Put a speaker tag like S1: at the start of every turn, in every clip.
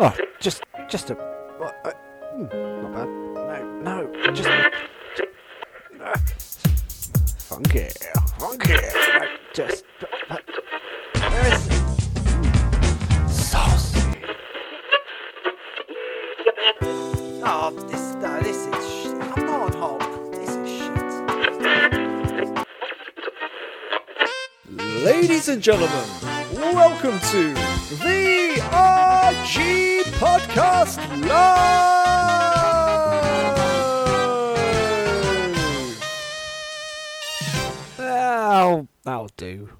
S1: Oh, just, just a. What, uh, mm, not bad. No, no, just. Uh, funky, funky. No, just. Uh, where is it? Saucy. Oh, this, no, this is. Sh- I'm not on hold. This is shit.
S2: Ladies and gentlemen, welcome to the RG Podcast Live!
S1: Well, that'll do.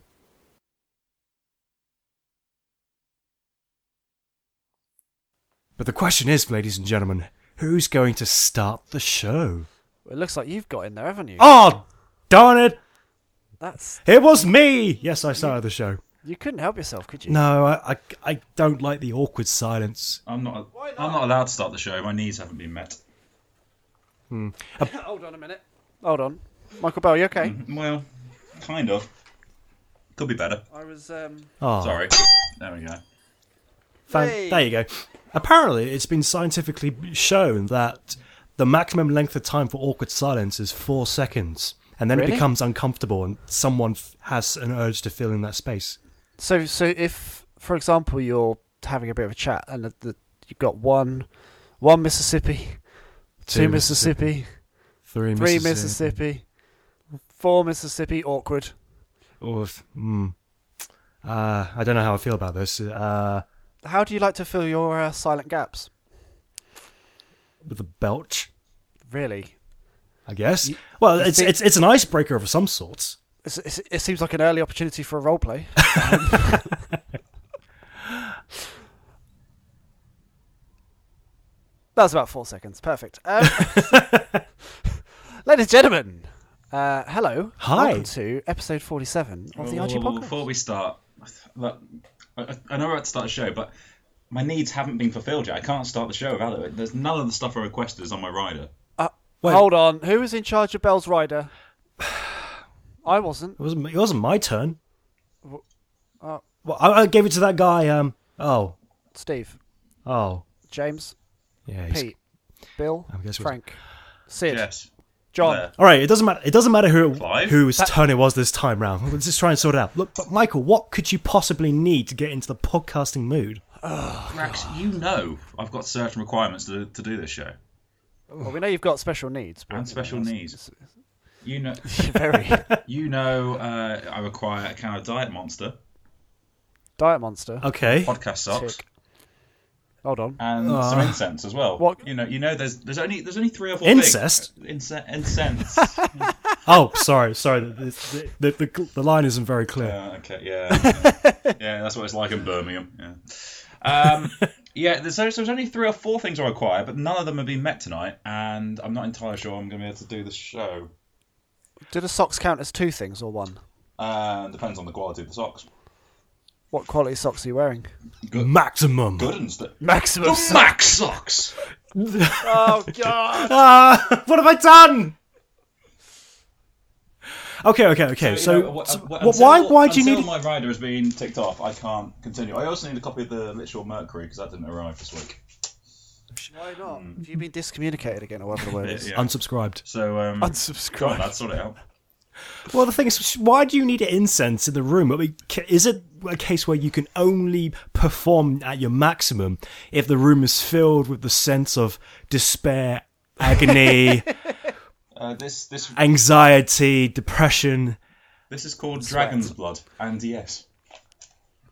S2: But the question is, ladies and gentlemen, who's going to start the show?
S1: It looks like you've got in there, haven't you?
S2: Oh, darn it!
S1: That's
S2: It was me! Yes, I started the show.
S1: you couldn't help yourself, could you?
S2: No, I, I, I don't like the awkward silence.
S3: I'm not, I'm not allowed to start the show. My knees haven't been met.
S1: Hold on a minute. Mm-hmm. Hold on, Michael Bell, you okay?
S3: Well, kind of. Could be better.
S1: I was. um...
S2: Oh,
S3: Sorry. There we go.
S2: Fan-
S1: Yay.
S2: There you go. Apparently, it's been scientifically shown that the maximum length of time for awkward silence is four seconds, and then
S1: Really?
S2: it becomes uncomfortable, and someone f- has an urge to fill in that space.
S1: So, so if, for example, you're having a bit of a chat and the, the, you've got one, one Mississippi, two,
S2: Two
S1: Mississippi,
S2: Three,
S1: three Mississippi, four Mississippi, awkward.
S2: Or, if- hmm. uh, I don't know how I feel about this. Uh,
S1: How do you like to fill your uh, silent gaps?
S2: with a belch,
S1: Really,
S2: I guess. well, it's,
S1: think-
S2: it's it's an icebreaker of some sorts.
S1: it's, it's, it seems like an early opportunity for a role play. That's about four seconds. Perfect. Um, ladies and gentlemen, uh, hello.
S2: Hi.
S1: Welcome to episode 47 of the
S3: Well,
S1: RG
S3: well, well,
S1: Podcast.
S3: Before we start, look, I, I- I know we're about to start the show, but my needs haven't been fulfilled yet. I can't start the show without it. There's none of the stuff I requested is on my rider.
S1: Uh,
S2: Wait.
S1: Hold on. Who was in charge of Bell's Rider? I wasn't.
S2: It wasn't. It wasn't my turn.
S1: uh,
S2: Well, I, I gave it to that guy. Um. Oh.
S1: Steve,
S2: Oh.
S1: James,
S2: Yeah. he's-
S1: Pete, Bill,
S2: I guess it was-
S1: Frank, Sid,
S3: Yes. uh,
S1: John.
S3: There.
S2: All right, it doesn't matter. It doesn't matter who
S3: Clive?
S2: whose turn it was this time round. Let's just try and sort it out. Look, but Michael, what could you possibly need to get into the podcasting mood?
S3: Rex, you know I've got certain requirements to, to do this show.
S1: Well, we know you've got special needs. but-
S3: And special needs. You know,
S1: Very.
S3: you know, uh, I require a can of Diet Monster,
S1: Diet Monster.
S2: Okay.
S3: podcast socks,
S1: Tick. Hold on.
S3: and
S2: Ah.
S3: some incense as well.
S1: What-
S3: You know, you know, there's there's only there's only three or four
S2: Incest?
S3: things. Ince- incense. Uh,
S2: Oh, sorry, sorry. The, the, the, the, the line isn't very clear.
S3: Uh, okay, yeah, yeah, that's what it's like in Birmingham. Yeah, um, yeah. There's, so there's only three or four things I require, but none of them have been met tonight, and I'm not entirely sure I'm going to be able to do the show.
S1: Do the socks count as two things or one?
S3: Uh, depends on the quality of the socks.
S1: What quality socks are you wearing? Oh
S2: Maximum.
S3: Good and stuff.
S1: Maximum.
S3: Max socks.
S1: oh god.
S2: Ah, what have I done? Okay, okay, okay. So,
S3: You know, wh-
S2: so
S3: wh-
S2: wh- why why do you
S3: until
S2: need?
S3: my rider has been ticked off, I can't continue. I also need a copy of the Literal Mercury because that didn't arrive this week.
S1: Why not? Have you been discommunicated again or whatever the word is?
S3: Yeah.
S2: Unsubscribed.
S3: So um, God,
S1: Unsubscribe.
S3: that sort it out.
S2: Well, the thing is, why do you need incense in the room? I mean, ca- is it a case where you can only perform at your maximum if the room is filled with the sense of despair, agony,
S3: Uh, this this
S2: anxiety, depression?
S3: this is called Dragon's Blood, and yes,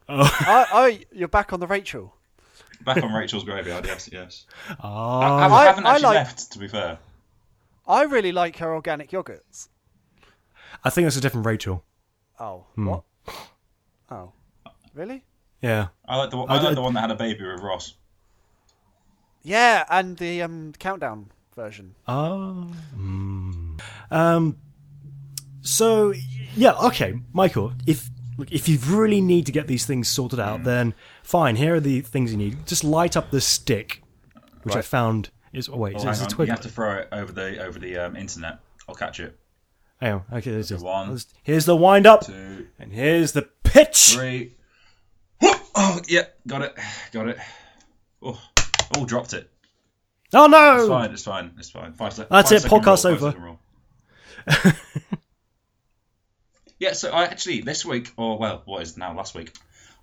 S1: Oh, oh, you're back on the Rachel.
S3: back on Rachel's graveyard. Yes, yes.
S2: Ah,
S3: I,
S1: I-
S3: haven't
S1: I
S3: actually
S1: like-
S3: left, to be fair.
S1: I really like her organic yogurts.
S2: I think that's a different Rachel.
S1: Oh,
S2: Hmm.
S1: what? Oh, really?
S2: Yeah.
S3: I like the one,
S2: I
S3: I, like
S2: did-
S3: the one that had a baby with Ross.
S1: Yeah, and the um, countdown version.
S2: Ah. Mm. Um. So yeah, okay, Michael. If look, if you really need to get these things sorted
S3: Mm.
S2: out, then fine. Here are the things you need. Just light up this stick, which I found is. Oh wait,
S3: Oh,
S2: is this
S3: hang
S2: a
S3: on,
S2: twig?
S3: You have to throw it over the over the um, internet. I'll catch it.
S2: Hang on. Okay, there's it.
S3: one.
S2: Let's- Here's the wind up,
S3: Two,
S2: and here's the pitch.
S3: three. Whoop! Oh, yeah, got it, got it. Oh, oh dropped it.
S2: Oh no!
S3: It's fine. It's fine. It's fine. Five sec-
S2: That's
S3: five
S2: it,
S3: second
S2: podcast
S3: rule,
S2: over.
S3: five second rule. yeah. So I actually this week, or well, what is now last week,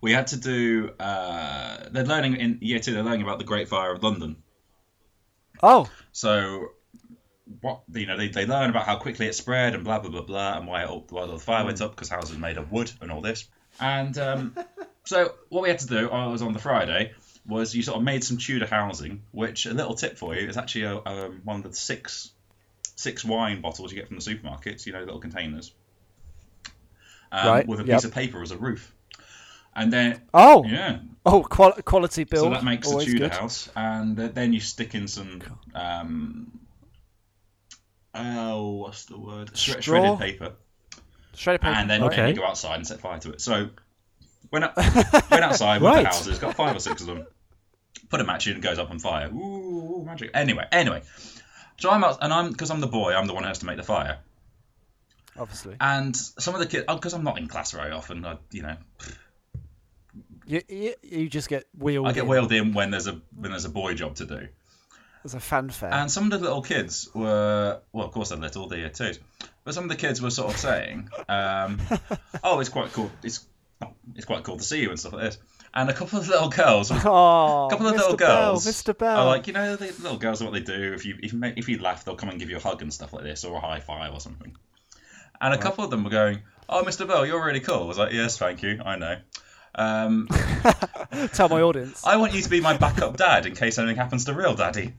S3: we had to do. Uh, they're learning in year two. They're learning about the Great Fire of London.
S2: Oh,
S3: So what you know, they, they learn about how quickly it spread and blah blah blah blah, and why it all, why the fire
S1: Mm.
S3: went up because houses were made of wood and all this. And um, so what we had to do, I was on the Friday, was you sort of made some Tudor housing, which a little tip for you is actually a, um, one of the six six wine bottles you get from the supermarkets, you know, little containers, um,
S1: Right,
S3: with a
S1: yep.
S3: piece of paper as a roof. And then
S1: Oh,
S3: yeah,
S1: oh, quali- quality build.
S3: so that makes a
S1: always
S3: Tudor
S1: good.
S3: house, and th- then you stick in some. Um, oh, what's the word? Shred-
S1: Straw? Oh,
S3: Shredded paper,
S1: Straight paper.
S3: and then
S1: right?
S2: Okay.
S3: you go outside and set fire to it. So went out, went outside with
S2: Right.
S3: the houses, got five or six of them, put a match in, goes up on fire. Ooh, magic! Anyway, anyway, so I'm out, and I'm because I'm the boy, I'm the one who has to make the fire.
S1: obviously.
S3: And some of the kids, because I'm not in class very often, I, you know,
S1: You, you, you just get wheeled.
S3: I get
S1: in
S3: wheeled in when there's a when there's a boy job to do.
S1: as a fanfare.
S3: And some of the little kids were, well, of course they're little, they're year twos, but some of the kids were sort of saying, um, "Oh, it's quite cool. It's it's quite cool to see you and stuff like this." And a couple of little girls, a
S1: oh,
S3: couple of
S1: Mr.
S3: little
S1: Bell,
S3: girls,
S1: Mr. Bell.
S3: are like, you know, the little girls are what they do. If you if you, make, if you laugh, they'll come and give you a hug and stuff like this, or a high five or something. And a couple of them were going, "Oh, Mr. Bell, you're really cool." I was like, "Yes, thank you. I know." Um,
S1: Tell my audience.
S3: I want you to be my backup dad in case anything happens to real daddy.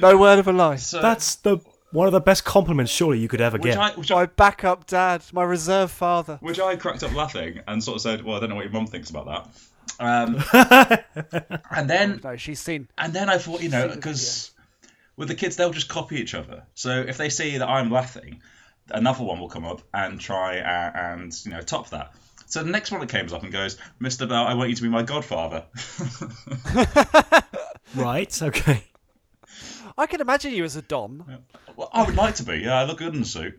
S1: No word of a lie.
S3: So
S2: that's the one of the best compliments surely you could ever
S3: which
S2: get.
S3: I, which I
S1: My backup dad, my reserve father.
S3: Which I cracked up laughing and sort of said, "Well, I don't know what your mum thinks about that." Um, and then,
S1: No, she's seen.
S3: and then I thought, you know, because with the kids, they'll just copy each other. So if they see that I'm laughing, another one will come up and try uh, and you know top that. So the next one that comes up and goes, "Mr. Bell, I want you to be my godfather."
S2: right? Okay.
S1: I can imagine you as a dom.
S3: well, I would like to be. Yeah, I look good in the suit.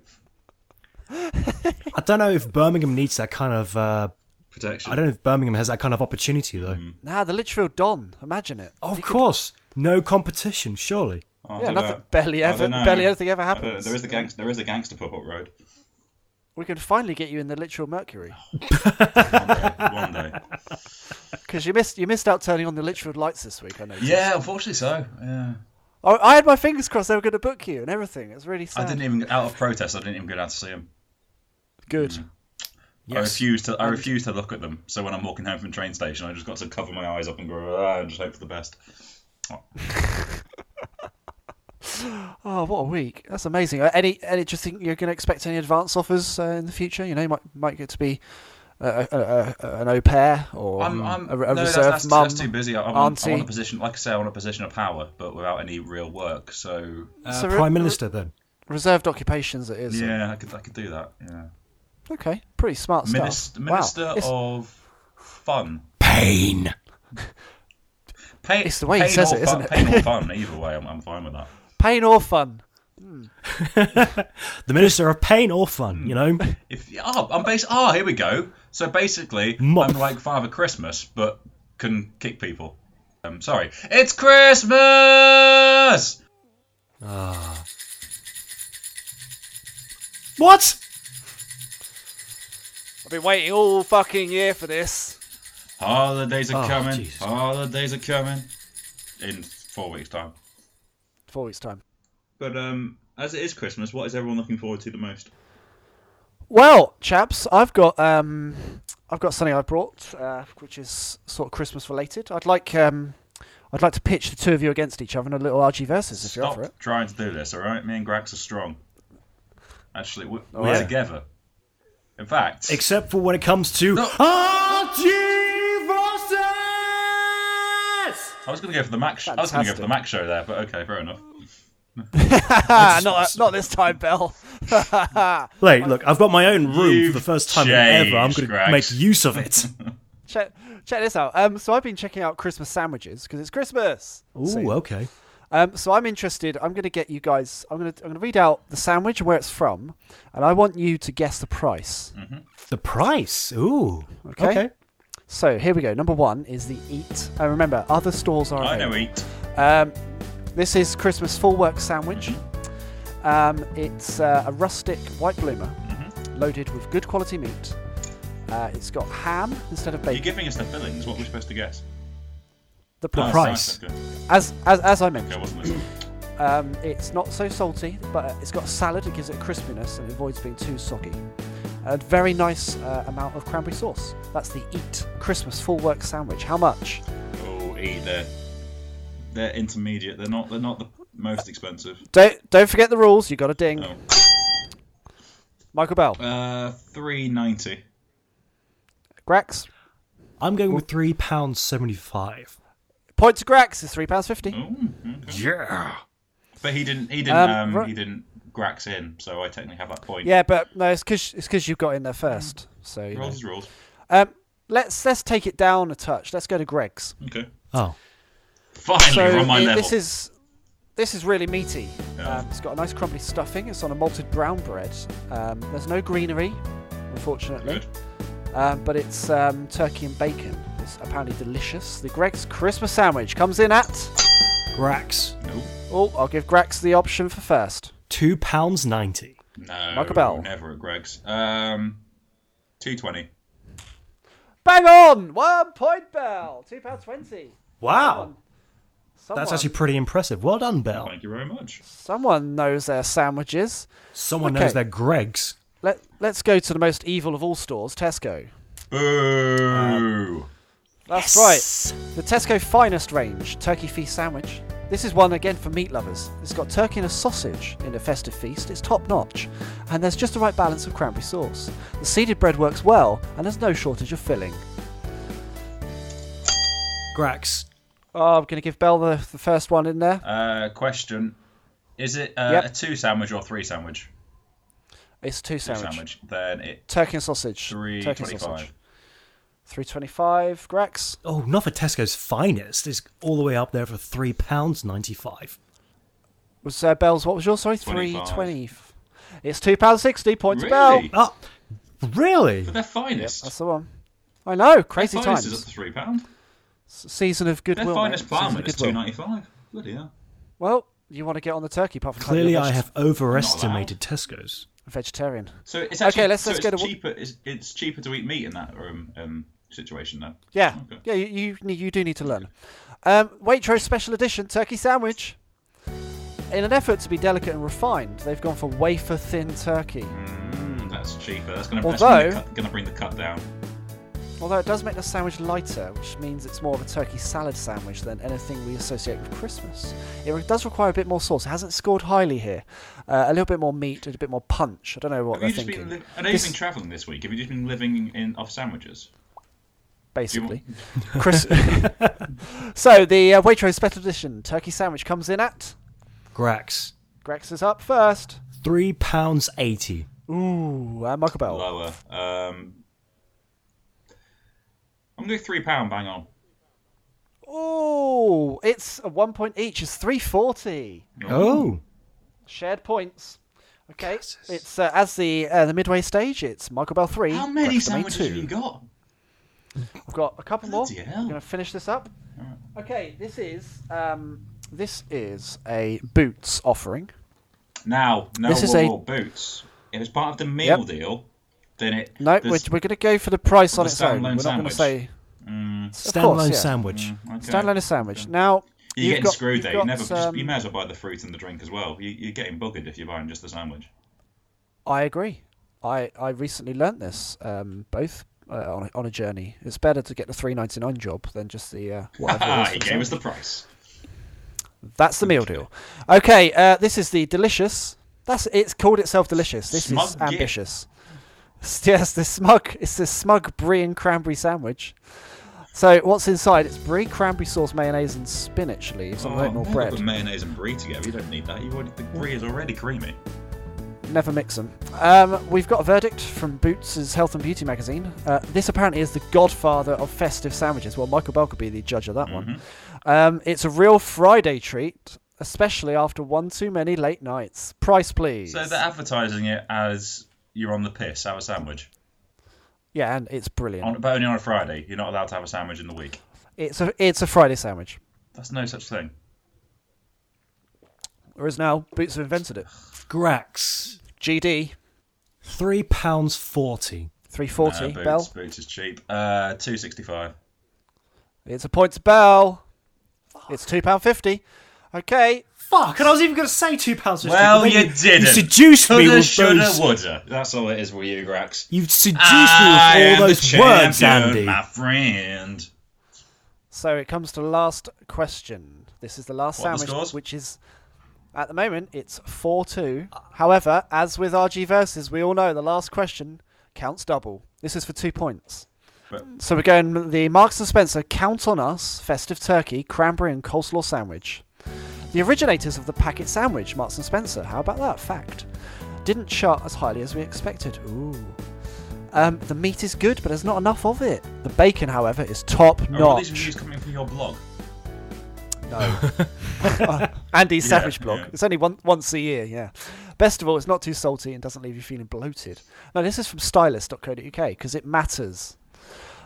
S2: I don't know if Birmingham needs that kind of. Uh,
S3: Protection.
S2: I don't know if Birmingham has that kind of opportunity
S3: Mm.
S2: though.
S1: Nah, the literal don. Imagine it. Oh,
S2: Of course, no competition surely.
S3: I don't
S1: Yeah,
S3: know.
S1: nothing. Barely
S3: I
S1: ever.
S3: don't know.
S1: Barely anything ever
S3: I don't know.
S1: happens.
S3: There is a gangster. There is a gangster pub up road.
S1: We can finally get you in the literal Mercury
S3: Oh. One day. One day.
S1: because you missed you missed out turning on the literal lights this week. I know.
S3: Yeah, unfortunately so. Yeah.
S1: I, I had my fingers crossed they were going to book you and everything. It's really
S3: I
S1: sad.
S3: didn't even out of protest. I didn't even go down to see him.
S1: Good.
S3: I refused to. I refused to look at them. So when I'm walking home from the train station, I just got to cover my eyes up and go "Ah," and just hope for the best.
S1: Oh, what a week! That's amazing. Uh, Any, any? Do you think you're going to expect any advance offers uh, in the future? You know, you might might get to be uh, a, a, a, an au pair or
S3: I'm. I'm
S1: a, a
S3: no, that's,
S1: reserve
S3: that's,
S1: mum.
S3: that's too busy. I, I, want, I want
S1: auntie.
S3: a position. Like I say, I want a position of power, but without any real work. So
S2: Uh,
S1: So re-
S2: Prime Minister then.
S1: reserved occupations. It is.
S3: yeah, I could. I could do that. Yeah.
S1: Okay. Pretty smart stuff.
S3: Minister,
S1: Wow.
S3: minister
S1: It's-
S3: of fun.
S2: Pain.
S3: Pain,
S1: It's the way he
S3: pain
S1: says
S3: or
S1: it, isn't
S3: fun,
S1: it?
S3: Pain or fun, either way, I'm, I'm fine with that.
S1: pain or fun.
S2: The Minister of Pain or Fun, you know?
S3: If oh, I'm bas Oh, here we go. So basically,
S2: Mop.
S3: I'm like Father Christmas, but can kick people. Um, sorry, it's Christmas.
S2: what?
S1: I've been waiting all fucking year for this.
S3: Holidays
S1: Ah,
S3: are
S2: Oh,
S3: coming.
S2: Jesus.
S3: Holidays are coming. In four weeks' time.
S1: Four weeks time.
S3: But um, as it is Christmas, what is everyone looking forward to the most?
S1: Well, chaps, I've got um, I've got something I brought, uh, which is sort of Christmas related. I'd like um, I'd like to pitch the two of you against each other in a little RG versus if you're up
S3: Stop
S1: for it.
S3: trying to do this, all right? Me and Grax are strong. Actually, we're,
S1: Oh,
S3: we're
S2: yeah.
S3: together. In fact,
S2: Except for when it comes to.
S3: No.
S2: RG versus!
S3: I was going to go for the Mac. Sh- I was going to go
S1: Fantastic.
S3: for the Mac show there, but okay, fair enough.
S1: Ah, not not this time, Bell.
S2: Like, look, I've got my own room for the
S3: You've
S2: first time
S3: changed,
S2: ever. I'm going to
S3: Grax.
S2: make use of it.
S1: check check this out. Um, so I've been checking out Christmas sandwiches because it's Christmas.
S2: Ooh, okay.
S1: Um, so I'm interested. I'm going to get you guys. I'm going to I'm going to read out the sandwich and where it's from, and I want you to guess the price.
S3: Mm.
S2: The price. Ooh.
S1: Okay. So here we go. Number one is the Eat. And remember, other stores are.
S3: I
S1: owned.
S3: know eat.
S1: Um, this is Christmas full work sandwich.
S3: Mm-hmm.
S1: Um, it's uh, a rustic white bloomer
S3: Mm-hmm.
S1: loaded with good quality meat. Uh, it's got ham instead of
S3: You're
S1: bacon.
S3: giving us the fillings. What are we supposed to Ah, guess?
S1: The
S2: The
S1: price,
S2: price.
S3: That's good.
S1: as as, as I
S3: Okay, I
S1: mentioned,
S3: wasn't listening.
S1: um, it's not so salty, but uh, it's got salad. It gives it crispiness and avoids being too soggy. A very nice uh, amount of cranberry sauce. That's the Eat Christmas full work sandwich. How much?
S3: Oh, eat. They're, they're intermediate. They're not. They're not the most expensive.
S1: Don't don't forget the rules. You got a ding,
S3: Oh.
S1: Michael Bell,
S3: Uh, three ninety.
S1: Grax.
S2: I'm going with three pounds seventy-five.
S1: Point to Grax is three pounds fifty.
S3: Oh.
S2: Yeah.
S3: hmm. But he didn't. He didn't.
S1: Um,
S3: Um,
S1: right.
S3: He didn't. Grax in. So I technically have that point.
S1: Yeah, but no, it's because it's because you got in there
S3: Mm.
S1: first. So you know.
S3: Rules is rules.
S1: um, let's let's take it down a touch. Let's go to Greg's.
S3: Okay.
S2: Oh.
S3: Finally,
S1: So
S3: we're on my
S1: it-
S3: level.
S1: this is this is really meaty.
S3: Yeah.
S1: Um, it's got a nice crumbly stuffing. It's on a malted brown bread. Um, there's no greenery, unfortunately,
S3: Good.
S1: um, but it's um, turkey and bacon. It's apparently delicious. The Greg's Christmas sandwich comes in at.
S2: Grax.
S3: No.
S1: Oh, I'll give Grex the option for first.
S2: Two pounds ninety.
S3: No.
S1: Michael Bell.
S3: Never at Greg's. Um, two twenty.
S1: Bang on! One point, Bell. Two pound twenty.
S2: Wow.
S1: Someone,
S2: That's actually pretty impressive. Well done, Bell.
S3: Thank you very much.
S1: someone knows their sandwiches.
S2: Someone
S1: Okay.
S2: knows their Greg's.
S1: Let Let's go to the most evil of all stores, Tesco.
S3: Boo.
S1: That's
S2: Yes.
S1: right. The Tesco Finest range turkey feast sandwich. This is one again for meat lovers. It's got turkey and a sausage in a festive feast. It's top notch, and there's just the right balance of cranberry sauce. The seeded bread works well, and there's no shortage of filling.
S2: Grax.
S1: Oh, I'm gonna give Bell the, the first one in there.
S3: uh, question: Is it uh,
S1: Yep.
S3: a two sandwich or three sandwich?
S1: It's two
S3: Two
S1: sandwich.
S3: sandwich. Then it
S1: Turkey and sausage.
S3: three
S1: turkey and
S3: twenty-five.
S1: sausage. Three twenty-five. Grex.
S2: Oh, not for Tesco's finest. It's all the way up there for three pounds ninety-five.
S1: Was uh, Bell's? What was yours? Sorry, three
S3: 25.
S1: twenty. It's two pounds sixty. Point to Bell.
S3: Really?
S2: Oh, really?
S3: But Their finest.
S1: That's the one. I know. Crazy
S3: Their
S1: times.
S3: finest is up to three pound.
S1: Season of
S3: Their
S1: goodwill. mate.
S3: finest
S1: Season of
S3: barman is two
S1: goodwill.
S3: ninety-five. Bloody hell.
S1: Well, you want to get on the turkey puff? and cut your
S2: Clearly, I
S1: veg-
S2: have overestimated Tesco's.
S1: vegetarian.
S3: So it's actually
S1: Okay, let's-
S3: so
S1: let's
S3: it's
S1: go to-
S3: cheaper. It's, it's cheaper to eat meat in that um, um, situation now.
S1: Yeah,
S3: Okay.
S1: yeah. You, you need- you do need to learn. Um, Waitrose special edition turkey sandwich. In an effort to be delicate and refined, they've gone for wafer thin turkey.
S3: Mm, that's cheaper. That's going to
S1: Although-
S3: going to bring the cut down.
S1: Although it does make the sandwich lighter, which means it's more of a turkey salad sandwich than anything we associate with Christmas. It re- does require a bit more sauce. It hasn't scored highly here. Uh, a little bit more meat and a bit more punch. I don't know what
S3: Have you
S1: they're
S3: just
S1: thinking.
S3: been? Li- I know
S1: This-
S3: you've been travelling this week. Have you just been living in off sandwiches? Do you
S1: basically.
S3: want-
S1: Chris. so the uh, Waitrose Special Edition turkey sandwich comes in at
S2: Grax.
S1: Grex is up first.
S2: Three pounds eighty.
S1: Ooh, uh, Michael Bell.
S3: lower. Um, I'm going to three pound. Bang on.
S1: Ooh, it's a one point each. It's three forty
S2: Oh.
S1: shared points. Okay, it's uh, as the uh, the midway stage. It's Michael Bell three.
S3: How many
S1: Grex the Main
S3: sandwiches have
S1: two.
S3: you got?
S1: I've got a couple more.
S3: Bloody hell.
S1: I'm gonna finish this up. Okay, this is um, this is a boots offering.
S3: Now, no
S1: This
S3: this
S1: is
S3: is
S1: a-
S3: boots. If it's part of the meal
S1: Yep.
S3: deal, then it
S1: No, we're,
S3: there's-
S1: we're gonna go for the price on
S3: The
S1: its own. We're
S3: standalone
S1: not gonna
S3: sandwich.
S1: say.
S3: Mm,
S1: Of course,
S2: Standalone
S1: yeah.
S2: sandwich.
S3: okay.
S1: Standalone is sandwich. Now
S3: You're
S1: you've
S3: getting
S1: got-
S3: screwed
S1: you've
S3: there.
S1: got um,
S3: You never. Just, you
S1: some-
S3: may as well buy the fruit and the drink as well. You, you're getting buggered if you're buying just the sandwich.
S1: I agree. I I recently learnt this um, both uh, on a, on a journey. It's better to get the three ninety nine job than just the uh, whatever. it
S3: Ah,
S1: is
S3: he
S1: for
S3: gave us
S1: sale.
S3: the price.
S1: That's the meal deal. Okay, uh, this is the delicious. That's it's called itself delicious. This
S3: Smug
S1: is
S3: git.
S1: ambitious. S- Yes, the smug. It's the smug brie and cranberry sandwich. So what's inside? It's brie, cranberry sauce, mayonnaise, and spinach leaves
S3: Oh,
S1: on oatmeal
S3: never
S1: bread.
S3: put mayonnaise and brie together. You don't need that. You already, the brie is already creamy.
S1: Never mix them. Um, we've got a verdict from Boots' Health and Beauty magazine. Uh, this apparently is the godfather of
S3: Mm-hmm.
S1: festive sandwiches. Well, Michael Bell could be the judge of that one. Um, it's a real Friday treat. especially after one too many late nights. Price, please.
S3: So they're advertising it as you're on the piss, have a sandwich.
S1: yeah, and it's brilliant.
S3: On, but only on a Friday. You're not allowed to have a sandwich in the week.
S1: It's a it's a Friday sandwich.
S3: That's no such thing.
S1: Whereas now, Boots have invented it.
S2: Grax,
S1: GD
S2: three pounds forty.
S1: three
S3: Uh,
S1: forty
S3: Boots,
S1: Bell.
S3: Boots is cheap. Uh, two sixty five.
S1: It's a points Bell. It's two pound fifty. Okay,
S2: Fuck, and I was even going to say two pounds. fifty,
S3: Well,
S2: but then
S3: you didn't.
S2: You seduced me
S3: Coulda,
S2: with
S3: shoulda,
S2: those.
S3: woulda. That's all it is with you, Grax.
S2: You've seduced
S3: I
S2: me with
S3: am
S2: all
S3: the
S2: those words,
S3: champion,
S2: Andy.
S3: my friend.
S1: so it comes to the last question. This is the last
S3: What are the
S1: sandwich,
S3: scores?
S1: which is at the moment it's four two. However, as with RG versus, we all know the last question counts double. This is for two points.
S3: But-
S1: So we're going the Marks and Spencer Count on Us festive turkey cranberry and coleslaw sandwich. The originators of the packet sandwich, Marks and Spencer. How about that fact? Didn't chart as highly as we expected. Ooh. Um, the meat is good, but there's not enough of it. The bacon, however, is top
S3: Are all these
S1: notch.
S3: reviews coming from your blog?
S1: Andy's
S3: Yeah,
S1: Savage blog.
S3: yeah.
S1: It's only one, once a year, yeah. Best of all, it's not too salty and doesn't leave you feeling bloated. No, this is from stylist.co.uk because it matters.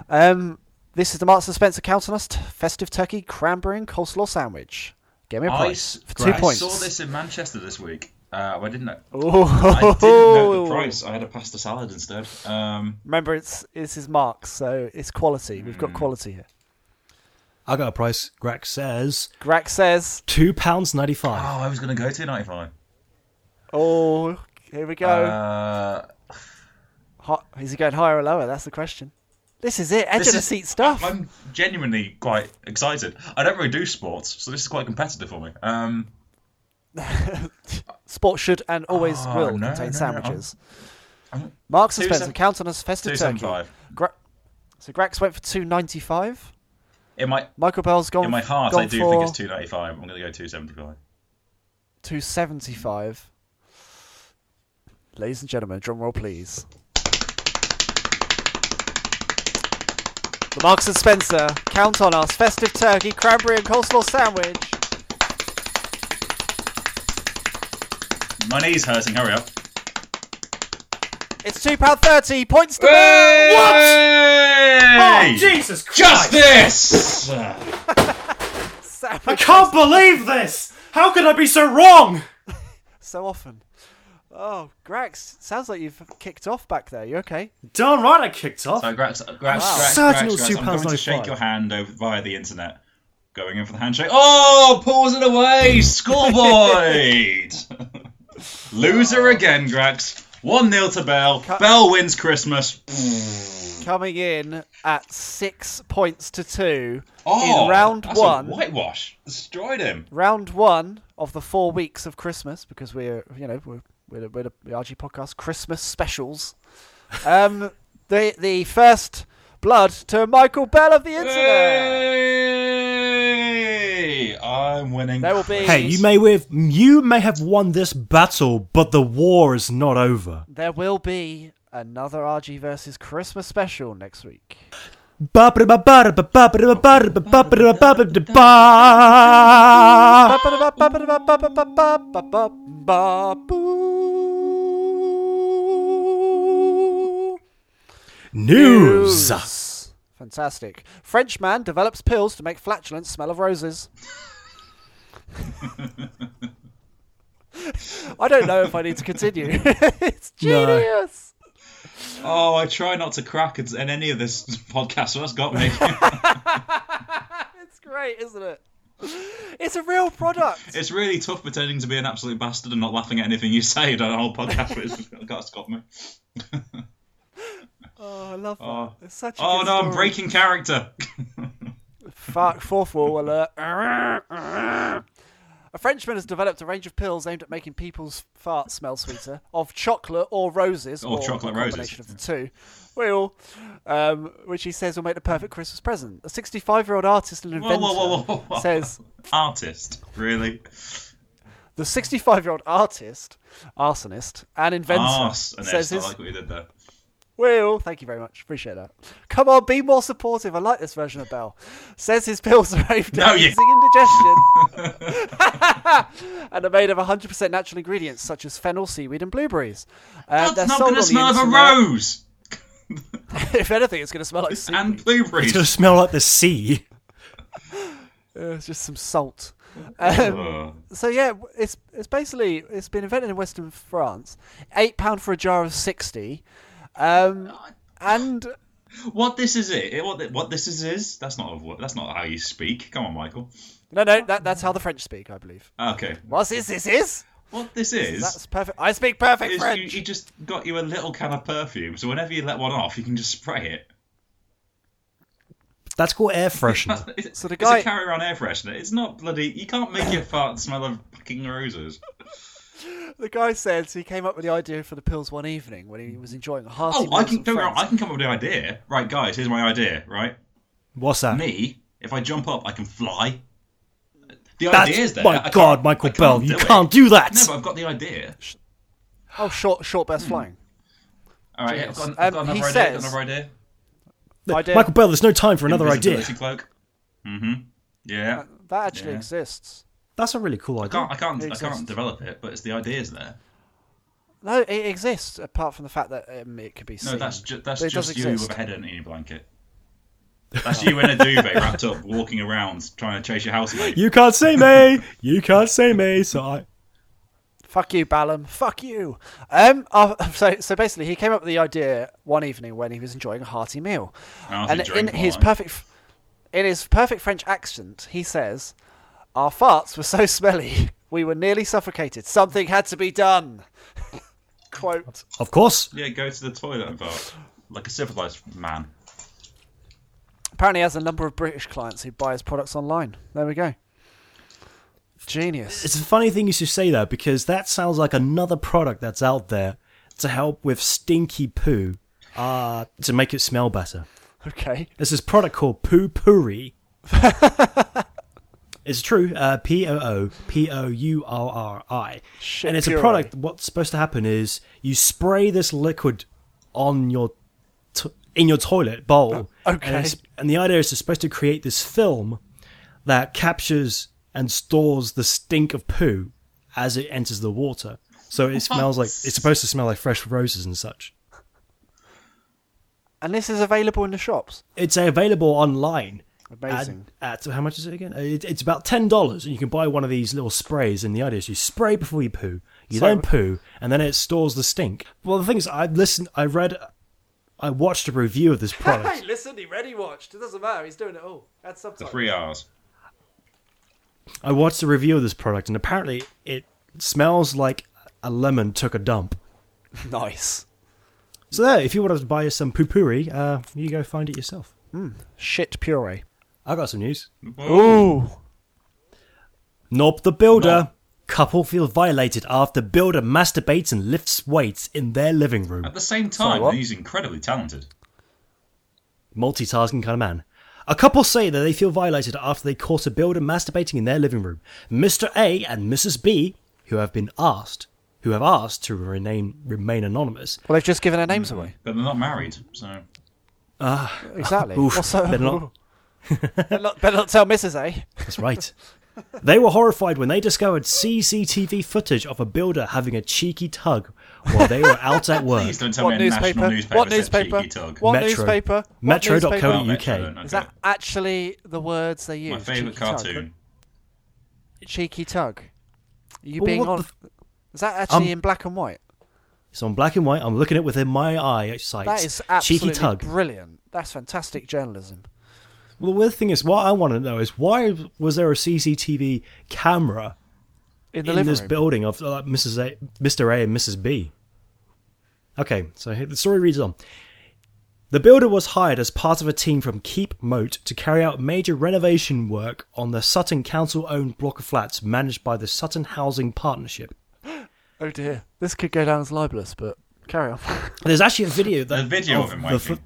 S1: Um, this is the Marks and Spencer Count on Us t- festive turkey cranberry and coleslaw sandwich. Give me a
S3: I,
S1: price
S3: s-
S1: for
S3: I
S1: two points.
S3: saw this in Manchester this week. Uh, well, I didn't know. I
S1: Oh,
S3: didn't know the price. I had a pasta salad instead. Um,
S1: Remember, it's this is Marks, so it's quality. We've
S3: Hmm.
S1: got quality here.
S2: I got a price. Grax says
S1: Grax says,
S2: two pounds ninety-five.
S3: oh, I was going to go two ninety five.
S1: "Oh, here we go.
S3: Uh,
S1: Hi- is he going higher or lower? That's the question. This is it. Edge
S3: this
S1: of the
S3: is-
S1: seat stuff.
S3: I'm genuinely quite excited. I don't really do sports, so this is quite competitive for me. Um,
S1: Sport should and always
S3: Oh,
S1: will
S3: no,
S1: contain
S3: no, no,
S1: sandwiches.
S3: I'm- I'm-
S1: Marks and
S3: Two
S1: Spencer,
S3: sev-
S1: count on us festive
S3: two
S1: turkey.
S3: seven five.
S1: Gra- so Grax went for two ninety five.
S3: In my
S1: Michael Bell's gone.
S3: in my heart,
S1: gone
S3: I do
S1: for
S3: think it's two ninety five. I'm going to go two seventy five.
S1: two seventy five. Ladies and gentlemen, drum roll please. The Marks and Spencer, count on us festive turkey, cranberry and coleslaw sandwich.
S3: My knee's hurting. Hurry up.
S1: It's two pound thirty points to Bell. Oh,
S3: What?
S2: Jesus Christ!
S3: Justice!
S1: Sandwich.
S2: I can't believe this. How could I be so wrong?
S1: so often. Oh, Grax, sounds like you've kicked off back there. You okay?
S2: Darn right, I kicked off.
S3: So, Grax, Grax, Grax,
S2: certain it
S3: Grax,
S2: was
S3: Grax,
S2: two
S3: I'm
S2: pounds
S3: going to shake
S2: ninety-five.
S3: your hand over via the internet. Going in for the handshake. Oh, pulls it away, schoolboy! Loser again, Grax. One 0 to Bell. Bell wins Christmas.
S1: Coming in at six points to two
S3: Oh,
S1: in round
S3: that's a
S1: one.
S3: whitewash destroyed him.
S1: Round one of the four weeks of Christmas because we're you know we're we're the, we're the RG podcast Christmas specials. Um, the the first blood to Michael Bell of the internet.
S3: Hey, I'm winning.
S1: There will be
S2: Hey, you may have you may have won this battle, but the war is not over.
S1: there will be another RG versus Christmas special next week.
S2: Ba-ba-da-ba-ba-da-ba-ba-da-ba-ba-da-ba-ba-da-ba. News.
S1: Fantastic. French man develops pills to make flatulence smell of roses. I don't know if I need to continue. it's
S2: No.
S1: genius.
S3: Oh, I try not to crack at- in any of this podcast, so that's got me.
S1: It's great, isn't it? It's a real product.
S3: it's really tough pretending to be an absolute bastard and not laughing at anything you say on a whole podcast, but it's that's got me.
S1: Oh, I love that.
S3: Oh.
S1: It's such a
S3: Oh
S1: good
S3: no, I'm
S1: story.
S3: breaking character.
S1: Fuck, fourth wall alert. a Frenchman has developed a range of pills aimed at making people's farts smell sweeter, of chocolate or roses,
S3: Or
S1: or
S3: chocolate
S1: a
S3: roses,
S1: combination of the two. Well, um, which he says will make the perfect Christmas present. A 65-year-old artist and
S3: Whoa,
S1: inventor
S3: whoa, whoa, whoa, whoa.
S1: says
S3: Artist, really?
S1: the 65-year-old artist, arsonist, and inventor
S3: Arse. And
S1: says
S3: Oh, I
S1: his
S3: like what you did there.
S1: Will, thank you very much. Appreciate that. Come on, be more supportive. I like this version of Bell. Says his pills are aimed
S3: No,
S1: at
S3: you-
S1: easing indigestion and are made of 100% natural ingredients such as fennel, seaweed, and blueberries. Uh, they're
S3: That's not
S1: sold
S3: going
S1: on
S3: to
S1: the
S3: smell of a
S1: internet.
S3: rose
S1: if anything, it's going to smell like seaweed.
S3: and
S2: It's going to
S3: blueberries.
S2: smell like the sea.
S1: Uh, it's just some salt. Um,
S3: Ugh.
S1: so yeah, w- it's it's basically it's been invented in Western France. Eight pound for a jar of sixty, um, and
S3: What this is it? it- What thi- what this is is that's not a, wo- that's not how you speak. Come on, Michael.
S1: no, no, that, that's how the French speak, I believe.
S3: Okay,
S1: What is this? Is
S3: what this is
S1: that's perfect? I speak perfect
S3: is you,
S1: French.
S3: you just got you a little can of perfume, so whenever you let one off, you can just spray it.
S2: That's called air
S3: That's,
S2: freshener.
S3: it's,
S1: So the
S3: it's
S1: guy-
S3: a carry around air freshener. It's not bloody. You can't make your fart smell of fucking roses.
S1: The guy says he came up with the idea for the pills one evening when he was enjoying a hearty.
S3: Oh,
S1: meal
S3: I
S1: with
S3: can
S1: some
S3: don't get me wrong,
S1: friends.
S3: I can come up with the idea. Right, guys, here's my idea. Right,
S2: What's that?
S3: me. If I jump up, I can fly. The
S2: That's-
S3: idea is there. I
S2: my
S3: can't-
S2: God, Michael
S3: I can't
S2: Bell,
S3: do
S2: you
S3: it.
S2: can't do that.
S3: No, but I've got the idea.
S1: Oh, short short
S3: Hmm.
S1: burst flying.
S3: All right, I've got, I've
S1: Um,
S3: got another
S1: he
S3: idea.
S1: says-
S3: another idea.
S2: Look,
S1: idea-
S2: Michael Bell, there's no time for another idea. Uh,
S3: Invisibility cloak. Mm-hmm. Yeah.
S1: That actually
S3: Yeah.
S1: exists.
S2: That's a really cool
S3: I
S2: idea.
S3: can't. I can't.
S1: It
S3: I
S1: exists.
S3: can't develop it, but it's the idea's there.
S1: No, it exists. Apart from the fact that um, it can be
S3: No,
S1: seen.
S3: that's just that's
S1: But it does
S3: just you with
S1: exist.
S3: a head in your blanket. That's you in a duvet wrapped up, walking around trying to chase your housemate.
S2: You can't say me. You can't say me. So I.
S1: Fuck you, Balam. Fuck you. Um, uh, so, so basically, he came up with the idea one evening when he was enjoying a hearty meal,
S3: And, I'll
S1: and
S3: drink
S1: in
S3: Oh, more
S1: his
S3: wine.
S1: perfect, f- in his perfect French accent, he says, "Our farts were so smelly, we were nearly suffocated. Something had to be done." Quote.
S2: Of course.
S3: Yeah, go to the toilet and fart like a civilized man.
S1: Apparently, he has a number of British clients who buy his products online. There we go. Genius.
S2: It's a funny thing you should say that because that sounds like another product that's out there to help with stinky poo uh, to make it smell better.
S1: Okay.
S2: There's this product called Poo Puri. it's true. Uh, P O O P O U R R I.
S1: Shit
S2: And it's a
S1: puree.
S2: product. What's supposed to happen is you spray this liquid on your t- in your toilet bowl.
S1: Oh, okay.
S2: And, it's- and the idea is it's supposed to create this film that captures and stores the stink of poo as it enters the water. So it smells like it's supposed to smell like fresh roses and such.
S1: And this is available in the shops.
S2: It's available online.
S1: Amazing.
S2: At, at how much is it again? Uh, It, it's about ten dollars, and you can buy one of these little sprays. And the idea is you spray before you poo, you
S1: So-
S2: then poo, and then it stores the stink. Well, the thing is, I listened, I read, I watched a review of this product.
S1: listen, he ready watched. It doesn't matter. He's doing it all. That's
S3: The
S1: subtitles.
S3: three R's.
S2: I watched a review of this product, and apparently it smells like a lemon took a dump.
S1: Nice.
S2: So there, if you want to buy some poo pooey, uh, you go find it yourself.
S1: Shit puree.
S2: I got some news.
S1: Ooh.
S2: Nob the Builder. Couple feel violated after builder masturbates and lifts weights in their living room.
S3: At the same
S1: Sorry,
S3: time,
S1: what?
S3: he's incredibly talented.
S2: multitasking kind of man. A couple say that they feel violated after they caught a builder masturbating in their living room. Mr. A and Mrs. B, who have been asked, who have asked to remain remain anonymous.
S1: Well, they've just given their names away.
S3: But they're not married, so
S1: Exactly.
S2: Mm. Oof,
S1: What's that?
S2: better not.
S1: better, not, better not tell eh? Mrs. A.
S2: That's right. they were horrified when they discovered CCTV footage of a builder having a cheeky tug while they were out at work.
S3: please don't tell
S1: What
S3: me a
S1: newspaper?
S3: national newspaper
S1: What
S3: said
S1: newspaper?
S3: cheeky tug.
S1: What
S2: Metro.
S1: newspaper? What
S2: Metro dot
S1: newspaper?
S2: co dot
S3: Well, Metro,
S2: UK.
S3: okay.
S1: Is that actually the words they use?
S3: my favourite
S1: Cheeky tug?
S3: cartoon?
S1: Cheeky tug. You
S2: Well,
S1: being
S2: what
S1: on.
S2: the
S1: Is that actually
S2: Um,
S1: in black and white?
S2: It's on black and white. I'm looking at it within my eye sight.
S1: That is absolutely
S2: cheeky tug.
S1: brilliant. That's fantastic journalism.
S2: Well, the weird thing is, what I want to know is why was there a CCTV camera
S1: In the
S2: in
S1: living
S2: this
S1: room.
S2: building of uh, Mrs. A, Mr. A and Mrs. B. Okay, so here- the story reads on. The builder was hired as part of a team from Keep Moat to carry out major renovation work on the Sutton Council owned block of flats managed by the Sutton Housing Partnership.
S1: oh dear. This could go down as libelous, but carry on.
S2: There's actually a video that.
S3: The video
S1: Oh,
S3: of him
S2: the
S3: waiting.
S2: fo-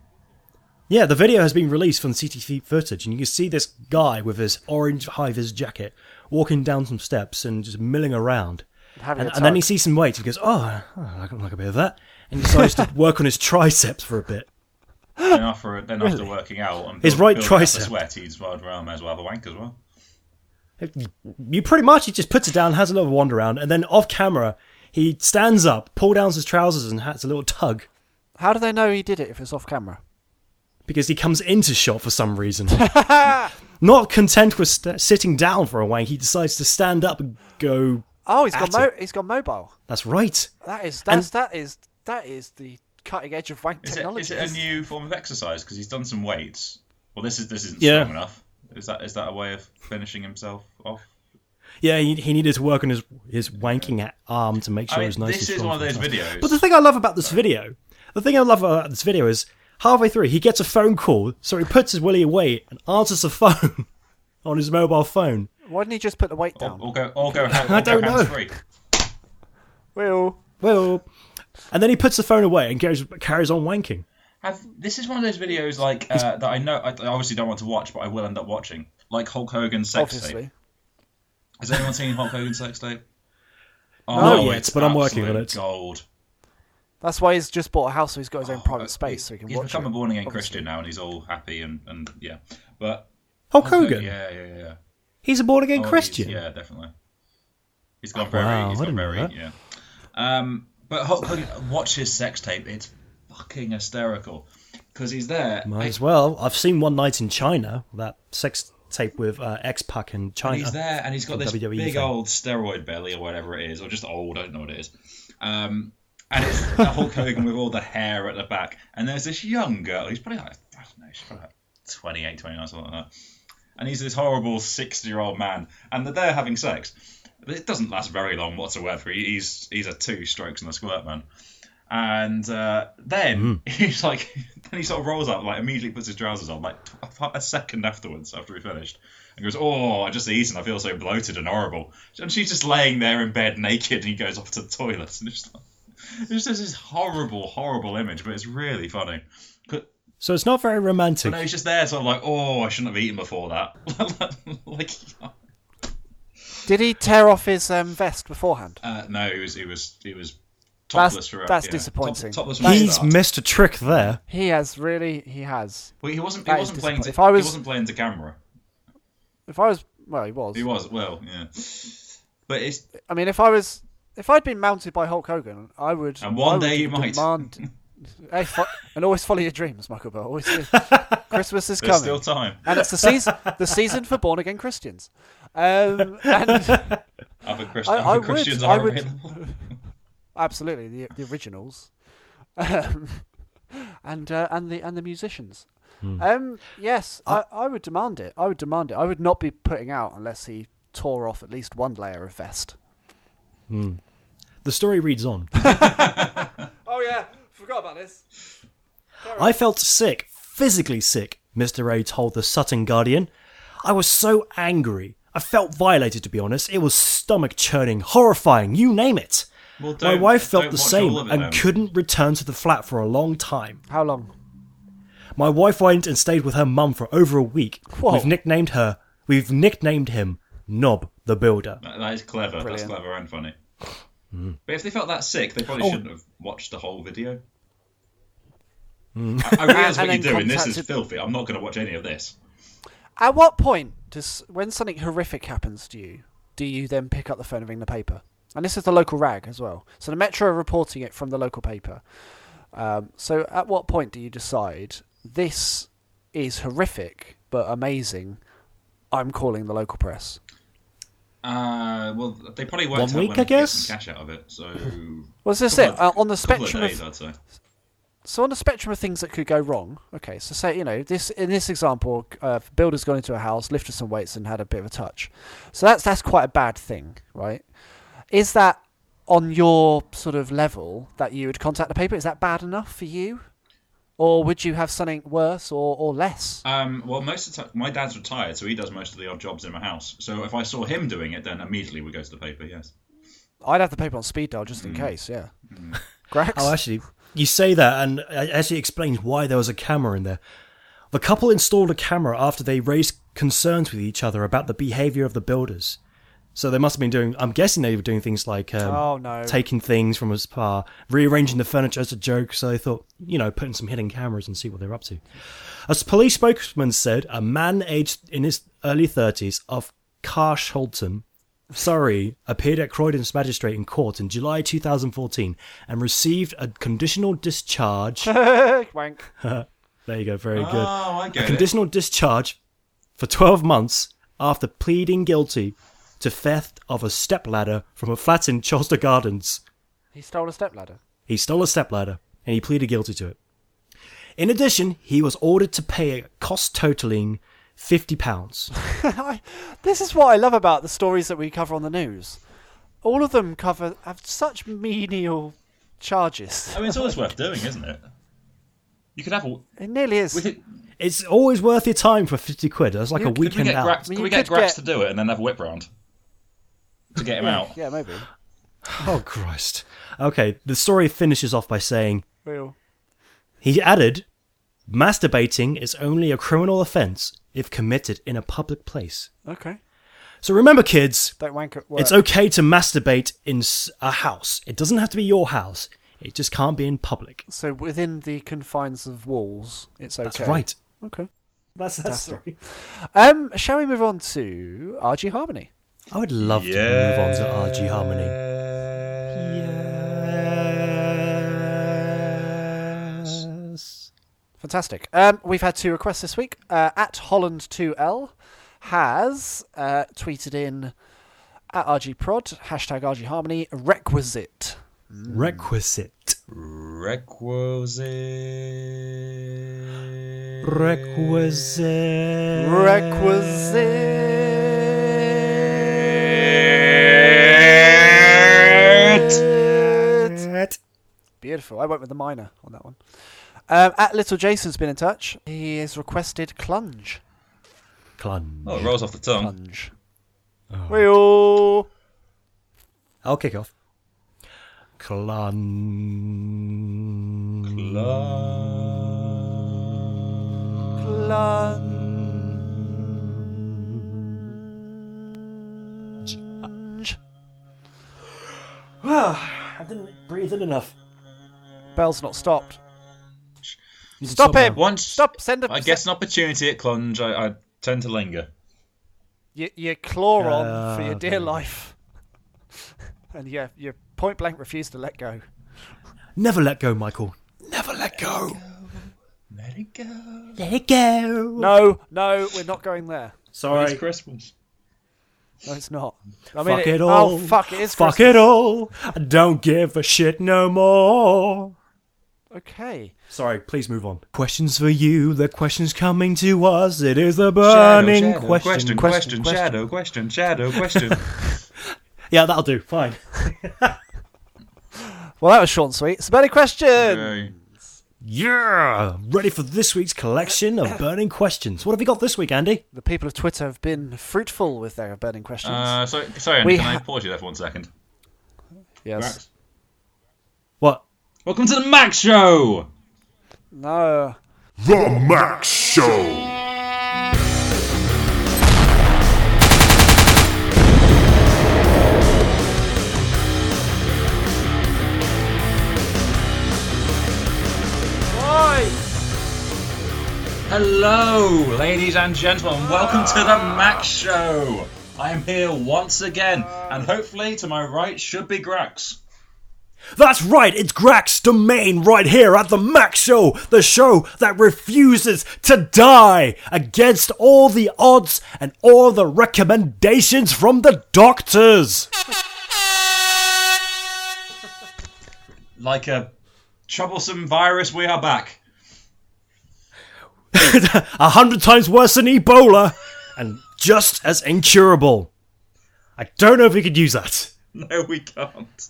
S2: yeah, the video has been released from CTV footage, and you can see this guy with his orange high vis jacket walking down some steps and just milling around.
S1: Having
S2: and,
S1: a
S2: and then
S1: tug.
S2: he sees some weights and goes, "Oh, I like, I like a bit of that." and decides to work on his triceps for a bit.
S3: Then after then after working out and
S2: His
S3: build-
S2: right
S3: building up the
S2: tricep.
S3: sweat, he's well, well, may as well have a wank as well.
S2: You pretty much he just puts it down, has a little wander around, and then off camera he stands up, pulls down his trousers, and has a little tug
S1: How do they know he did it if it's off camera?
S2: because he comes into shot for some reason. Not content with st- sitting down for a wank, he decides to stand up and go.
S1: Oh, he's
S2: At
S1: got mo- he's got mobile.
S2: That's right.
S1: That is that's, that is that is the cutting edge of wank
S3: Is it,
S1: technology.
S3: is it a new form of exercise? Because he's done some weights. Well, this is this isn't
S2: Yeah.
S3: strong enough. Is that is that a way of finishing himself off?
S2: Yeah, he, he needed to work on his his wanking a- arm to make sure
S3: I mean,
S2: he's nice
S3: this
S2: and
S3: is
S2: strong
S3: one of
S2: for
S3: those
S2: himself.
S3: videos.
S2: But the thing I love about this video, the thing I love about this video is halfway through he gets a phone call, so he puts his willy away and answers the phone on his mobile phone.
S1: Why didn't he just put the weight
S3: or,
S1: down?
S3: or go, or go, hand,
S2: I
S3: or go
S2: don't know.
S3: hands free.
S1: Will
S2: Well, and then he puts the phone away and goes carries on wanking.
S3: Have, this is one of those videos like uh, that I know I I obviously don't want to watch, but I will end up watching. Like Hulk Hogan's sex tape.
S1: obviously.
S3: Has anyone seen Hulk Hogan's sex tape? Oh,
S2: Not yet,
S3: it's
S2: but I'm working on
S3: absolute
S2: it.
S3: Gold. Uh,
S1: That's why he's just bought a house so he's got his own private space so he can
S3: Oh, He's
S1: watch
S3: become
S1: it.
S3: a born again
S1: obviously.
S3: Christian now, and he's all happy and, and yeah. But
S2: Hulk Hogan,
S3: Oh, yeah, yeah, yeah.
S2: he's a born again
S3: Oh, he's-
S2: Christian. Oh,
S3: Yeah, definitely. He's gone very.
S2: wow,
S3: he's
S2: I didn't
S3: gone very.
S2: know
S3: Yeah. Um, but Hulk Hogan, watch his sex tape. It's fucking hysterical because he's there.
S2: Might as well. I've seen One Night in China, that sex tape with uh, X Pac in China.
S3: And he's there, and he's got
S2: The
S3: this
S2: WWE
S3: big
S2: thing.
S3: old steroid belly or whatever it is, or just old. I don't know what it is. Um, and it's Hulk Hogan with all the hair at the back, and there's this young girl. He's probably like I don't know, she's probably like 28, 29, something like that. And he's this horrible 60 year old man, and they're there having sex. But It doesn't last very long whatsoever. He- He's he's a two strokes and a squirt man. And uh, then he's like, then he sort of rolls up, like immediately puts his trousers on, like tw- a second afterwards, after he finished, and goes, "Oh, I just eaten. I feel so bloated and horrible." And she's just laying there in bed naked, and he goes off to the toilet, and it's just like, it's just this horrible, horrible image, but it's really funny. But
S2: So it's not very romantic.
S3: no, he's just there, sort of like, "Oh, I shouldn't have eaten before that." like,
S1: Did he tear off his um, vest beforehand?
S3: uh, no, he was, he was, he was
S1: That's-
S3: topless throughout.
S1: that's
S3: yeah.
S1: disappointing.
S3: Top, topless from the
S2: he's
S3: start.
S2: missed a trick there.
S1: He has really he has.
S3: Well, he wasn't. He
S1: That is
S3: wasn't playing. To,
S1: disappointing. If I was-
S3: he wasn't playing to camera.
S1: If I was well, he was.
S3: He was. Well, yeah. But it's
S1: I mean, if I was if I'd been mounted by Hulk Hogan, I would.
S3: And one
S1: I would
S3: day you might.
S1: demand, Hey, fo- and always follow your dreams, Michael Bell. Always do. Christmas is
S3: there's
S1: coming.
S3: still time.
S1: and it's the season the season for born again Christians. Um, and
S3: Other, Christ-
S1: I- I
S3: other
S1: would-
S3: Christians
S1: I
S3: are
S1: would-
S3: available.
S1: absolutely the, the originals, um, and uh, and the and the musicians. Um, yes, I, I would demand it. I would demand it. I would not be putting out unless he tore off at least one layer of vest.
S2: The story reads on.
S1: Oh yeah, forgot about this.
S2: I felt sick, physically sick, Mr. A told the Sutton Guardian. I was so angry. I felt violated, to be honest. It was stomach churning, horrifying, you name it.
S3: Well,
S2: My
S3: don't-
S2: wife felt
S3: don't
S2: the
S3: watch
S2: same
S3: all of it,
S2: and
S3: then.
S2: couldn't return to the flat for a long time.
S1: How long?
S2: My wife went and stayed with her mum for over a week.
S1: Whoa.
S2: We've nicknamed her, we've nicknamed him Nob the Builder.
S3: That- that is clever.
S1: Brilliant.
S3: That's clever and funny.
S2: Mm.
S3: But if they felt that sick, they
S2: Oh.
S3: probably shouldn't have watched the whole video.
S2: Mm.
S3: I, I realise
S1: And-
S3: what
S1: and then
S3: you're doing. This is
S1: contacted-
S3: filthy. I'm not going to watch any of this.
S1: At what point does when something horrific happens to you, do you then pick up the phone and ring the paper? And this is the local rag as well. So the Metro are reporting it from the local paper. Um, so at what point do you decide this is horrific but amazing? I'm calling the local press.
S3: Uh, well, they probably worked
S2: One
S3: out
S2: week,
S3: when
S2: I
S3: they could get
S2: guess?
S3: some cash out of it. So
S1: Was this
S3: Couple
S1: it?
S3: of-
S1: Uh, on the
S3: couple
S1: spectrum
S3: of days,
S1: of
S3: I'd say.
S1: so on the spectrum of things that could go wrong. Okay, so say you know this in this example, uh, builder's gone into a house, lifted some weights, and had a bit of a touch. So that's that's quite a bad thing, right? Is that on your sort of level that you would contact the paper? Is that bad enough for you, or would you have something worse or, or less?
S3: Um, well, most of the time, my dad's retired, so he does most of the odd jobs in my house. So if I saw him doing it, then immediately we go to the paper. Yes.
S1: I'd have the paper on speed dial just in case. Yeah, Grax.
S2: Oh, actually, you say that, and it actually explains why there was a camera in there. The couple installed a camera after they raised concerns with each other about the behavior of the builders. So they must have been doing. I'm guessing they were doing things like um,
S1: Oh, no.
S2: taking things from a spa, rearranging the furniture as a joke. So they thought, you know, putting some hidden cameras and see what they're up to. As police spokesman said, a man aged in his early 30s of Carsh Holton, Surrey, appeared at Croydon's magistrate in court in July 2014 and received a conditional discharge. there
S1: Wank.
S2: you go, very good.
S3: Oh, I get it.
S2: Conditional discharge for 12 months after pleading guilty to theft of a stepladder from a flat in Chester Gardens.
S1: He stole a stepladder.
S2: He stole a stepladder and he pleaded guilty to it. In addition, he was ordered to pay a cost totaling £50.
S1: I, this is what I love about the stories that we cover on the news. All of them cover have such menial charges.
S3: I mean, it's always worth doing, isn't it? You could have a.
S1: It nearly is.
S3: We could,
S2: it's always worth your time for 50 quid. That's like
S1: You-
S2: a
S1: could we
S3: could we
S2: weekend
S3: get
S2: out.
S3: Grax,
S1: mean,
S3: could we
S1: you
S3: get
S1: could
S3: Grax
S1: get-
S3: to do it and then have a whip round to get him out?
S1: Yeah, maybe.
S2: oh, Christ. Okay, the story finishes off by saying
S1: Real.
S2: He added, masturbating is only a criminal offence if committed in a public place.
S1: Okay.
S2: So remember, kids,
S1: Don't wank at work.
S2: it's okay to masturbate in s- a house. It doesn't have to be your house, it just can't be in public.
S1: So within the confines of walls, it's okay.
S2: That's right.
S1: Okay.
S2: That's that story.
S1: Um, shall we move on to RG Harmony?
S2: I would love to move on to RG Harmony. Yes.
S1: Fantastic. Um, we've had two requests this week. Uh, at Holland2L has uh, tweeted in at RGProd, hashtag RGHarmony, requisite.
S2: Requisite.
S3: Requisite.
S2: Requisite.
S1: Requisite. Beautiful. I went with the minor on that one. Um, at Little Jason's been in touch. He has requested Clunge.
S2: Clun.
S3: Oh, it rolls off the tongue.
S1: Clunge. Wheel.
S2: I'll kick off. Clun.
S1: Clunge.
S2: Ah, I didn't breathe in enough.
S1: Bell's not stopped.
S2: You can
S1: Stop him!
S2: now.
S3: Once
S1: Stop, send a-
S3: I guess an opportunity at Clunge, I, I tend to linger.
S1: You, you claw on for your
S2: Ah,
S1: dear life. and yeah, you point blank refuse to let go.
S2: Never let go, Michael. Never let go.
S3: Let it go.
S2: Let it go.
S1: No, no, we're not going there.
S2: Sorry.
S3: It's Christmas.
S1: No, it's not. I mean,
S2: Fuck it, all.
S1: Oh, fuck it is.
S2: Fuck
S1: Christmas.
S2: it all. I don't give a shit no more.
S1: Okay.
S2: Sorry, please move on. Questions for you. The questions coming to us. It is the burning
S3: shadow,
S2: question.
S3: question,
S1: question,
S3: question, shadow, question, shadow, question.
S2: Yeah, that'll do. Fine.
S1: Well, that was short and sweet. So, burning question.
S3: Okay.
S2: Yeah. Ready for this week's collection of burning questions. What have you got this week, Andy?
S1: The people of Twitter have been fruitful with their burning questions.
S3: Uh, sorry, sorry
S1: We
S3: Andy, can I
S1: ha-
S3: pause you there for one second?
S1: yes.
S3: Max.
S2: What?
S3: Welcome to the Max Show!
S1: No.
S3: Hello, ladies and gentlemen. Welcome to the Max Show. I am here once again, and hopefully to my right should be Grax.
S2: That's right, it's Grax Domain right here at the Max Show, the show that refuses to die against all the odds and all the recommendations from the doctors.
S3: Like a troublesome virus, we are back.
S2: A hundred times worse than Ebola and just as incurable. I don't know if we could use that.
S3: No, we can't.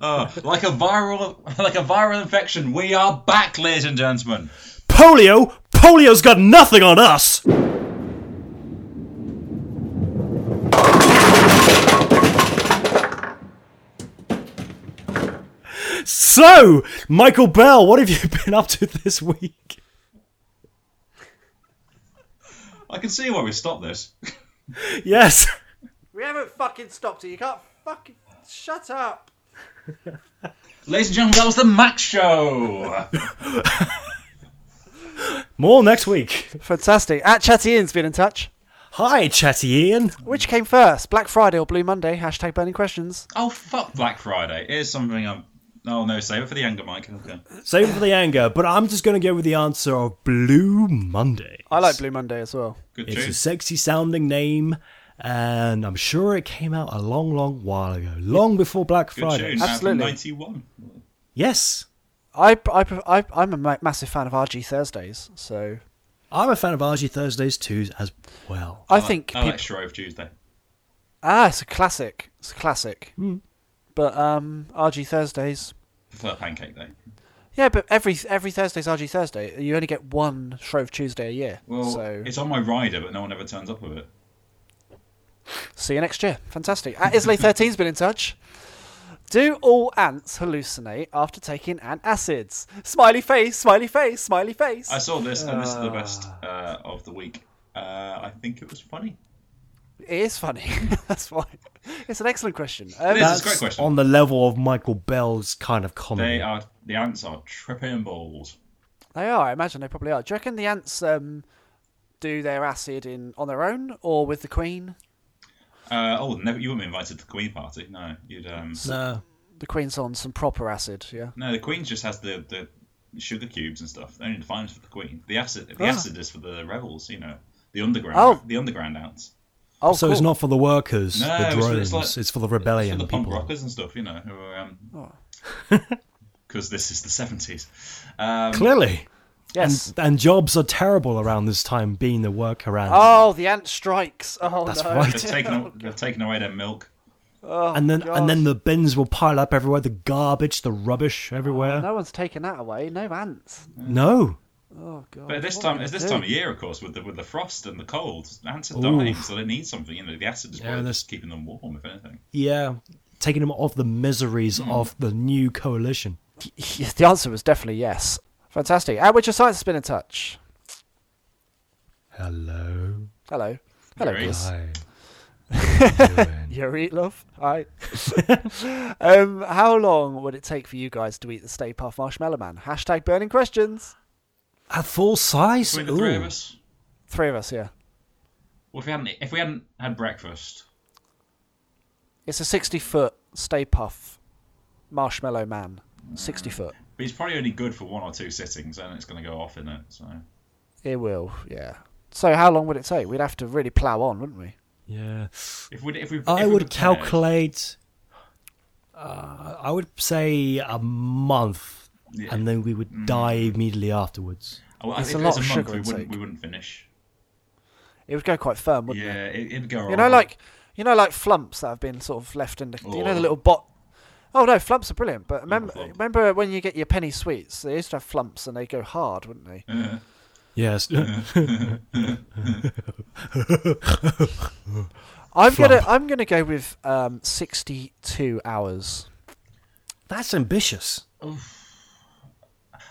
S3: Uh, like a viral, like a viral infection, we are back, ladies and gentlemen.
S2: Polio? Polio's got nothing on us! So, Michael Bell, what have you been up to this week?
S3: I can see why we stopped this.
S2: Yes.
S1: We We haven't fucking stopped it. You can't fucking shut up.
S3: Ladies and gentlemen, that was the Max Show.
S2: More next week.
S1: Fantastic. At Chatty Ian's been in touch.
S2: Hi, Chatty Ian.
S1: Which came first, Black Friday or Blue Monday? Hashtag burning questions.
S3: oh fuck Black Friday. Here's something I'm. Oh no, save it for the anger, Mike. Okay.
S2: Save it for the anger, but I'm just going to go with the answer of Blue Monday.
S1: I like Blue Monday as well.
S3: Good
S2: It's a
S3: choice.
S2: sexy sounding name, and I'm sure it came out a long, long while ago, long before Black
S3: Good
S2: Friday.
S3: tune. now from
S1: Absolutely.
S3: 91.
S2: Yes,
S1: I, I, I, I'm a ma- massive fan of RG Thursdays, so
S2: I'm a fan of RG Thursdays too as well.
S1: I think
S3: I
S1: peop-
S3: like Shrove Tuesday.
S1: ah, it's a classic. It's a classic. But um, RG Thursdays.
S3: Prefer Pancake Day.
S1: Yeah, but every every Thursday's RG Thursday. You only get one Shrove Tuesday a year.
S3: Well,
S1: so
S3: it's on my rider, but no one ever turns up with it.
S1: see you next year. Fantastic. At Islay13's been in touch. Do all ants hallucinate after taking ant acids? Smiley face, smiley face, smiley face.
S3: I saw this, and this is the best uh, of the week. Uh, I think it was funny.
S1: It is funny. That's why. It's an excellent question.
S3: It
S1: Um,
S3: is, it's a
S2: That's
S3: great question.
S2: on the level of Michael Bell's kind of
S3: They
S2: comedy.
S3: are the ants are tripping balls.
S1: They are. I imagine they probably are. Do you reckon the ants um, do their acid in on their own or with the queen?
S3: Uh, oh, never, you wouldn't be invited to the Queen party. No, you'd. Um,
S2: No.
S1: The queen's on some proper acid. Yeah.
S3: no, the Queen just has the, the sugar cubes and stuff. Only the fines for the Queen. The acid, the
S1: Ah.
S3: acid is for the rebels. You know, the underground,
S1: Oh.
S3: the underground ants.
S1: Oh,
S2: so it's
S1: cool.
S2: not for the workers,
S3: No,
S2: the
S3: it's for- it's
S2: drones. It's,
S3: like-
S2: for the
S3: It's
S2: rebellion
S3: for the punk
S2: people.
S3: rockers and stuff. You know, who are, um,
S1: Oh.
S3: because this is the seventies. Um,
S2: Clearly,
S1: Yes.
S2: and jobs are terrible around this time, being the workaround.
S1: Oh, the ant strikes. Oh
S2: That's
S1: no.
S2: right.
S3: they've taken they've taken away their milk.
S2: and then
S1: God.
S2: and then the bins will pile up everywhere, the garbage, the rubbish everywhere.
S1: No one's taken that away. No ants.
S2: no.
S1: Oh god.
S3: But at this
S1: What am I
S3: time,
S1: gonna
S3: it's this
S1: do?
S3: time of year, of course, with the with the frost and the cold, ants are
S2: Oof.
S3: dying, so they need something. You know, the acid is
S2: Yeah,
S3: probably
S2: that's-
S3: just keeping them warm, if anything.
S2: Yeah, taking them off the miseries of the new coalition.
S1: Yes, the answer was definitely yes. Fantastic. At which science has been in touch.
S2: Hello.
S1: Hello. Hello,
S3: Yuri.
S1: Chris.
S2: Hi. How you doing?
S1: Yuri, love. Hi. um, how long would it take for you guys to eat the Stay Puft Marshmallow Man? Hashtag burning questions.
S2: At full size?
S3: Between the three of
S2: Ooh.
S3: us,
S1: Three of us, yeah.
S3: well, if we hadn't if we hadn't had breakfast,
S1: It's a 60 foot Stay Puff Marshmallow Man. 60 foot.
S3: but he's probably only good for one or two sittings, and it's going to go off in it. So
S1: It will, yeah. So how long would it take? We'd have to really plough on, wouldn't we?
S2: Yeah.
S3: if we if we if
S2: I
S3: we
S2: would
S3: prepared-
S2: calculate. Uh, I would say a month,
S3: Yeah. Mm.
S2: and then we would die immediately afterwards.
S3: Oh, well,
S1: It's
S3: if
S1: a
S3: it
S1: lot
S3: was
S1: of
S3: month,
S1: sugar
S3: We
S1: and
S3: wouldn't
S1: take.
S3: we wouldn't finish.
S1: It would go quite firm, wouldn't it?
S3: Yeah, it, it'd go.
S1: You know,
S3: on.
S1: like you know, like flumps that have been sort of left in the. You know, the
S3: Oh.
S1: little bot. Oh no, flumps are brilliant. But remember,
S3: flump.
S1: remember when you get your penny sweets, they used to have flumps and they go hard, wouldn't they?
S3: Mm.
S2: Yes.
S1: I'm gonna
S2: Flump.
S1: I'm gonna go with um, 62 hours.
S2: That's ambitious.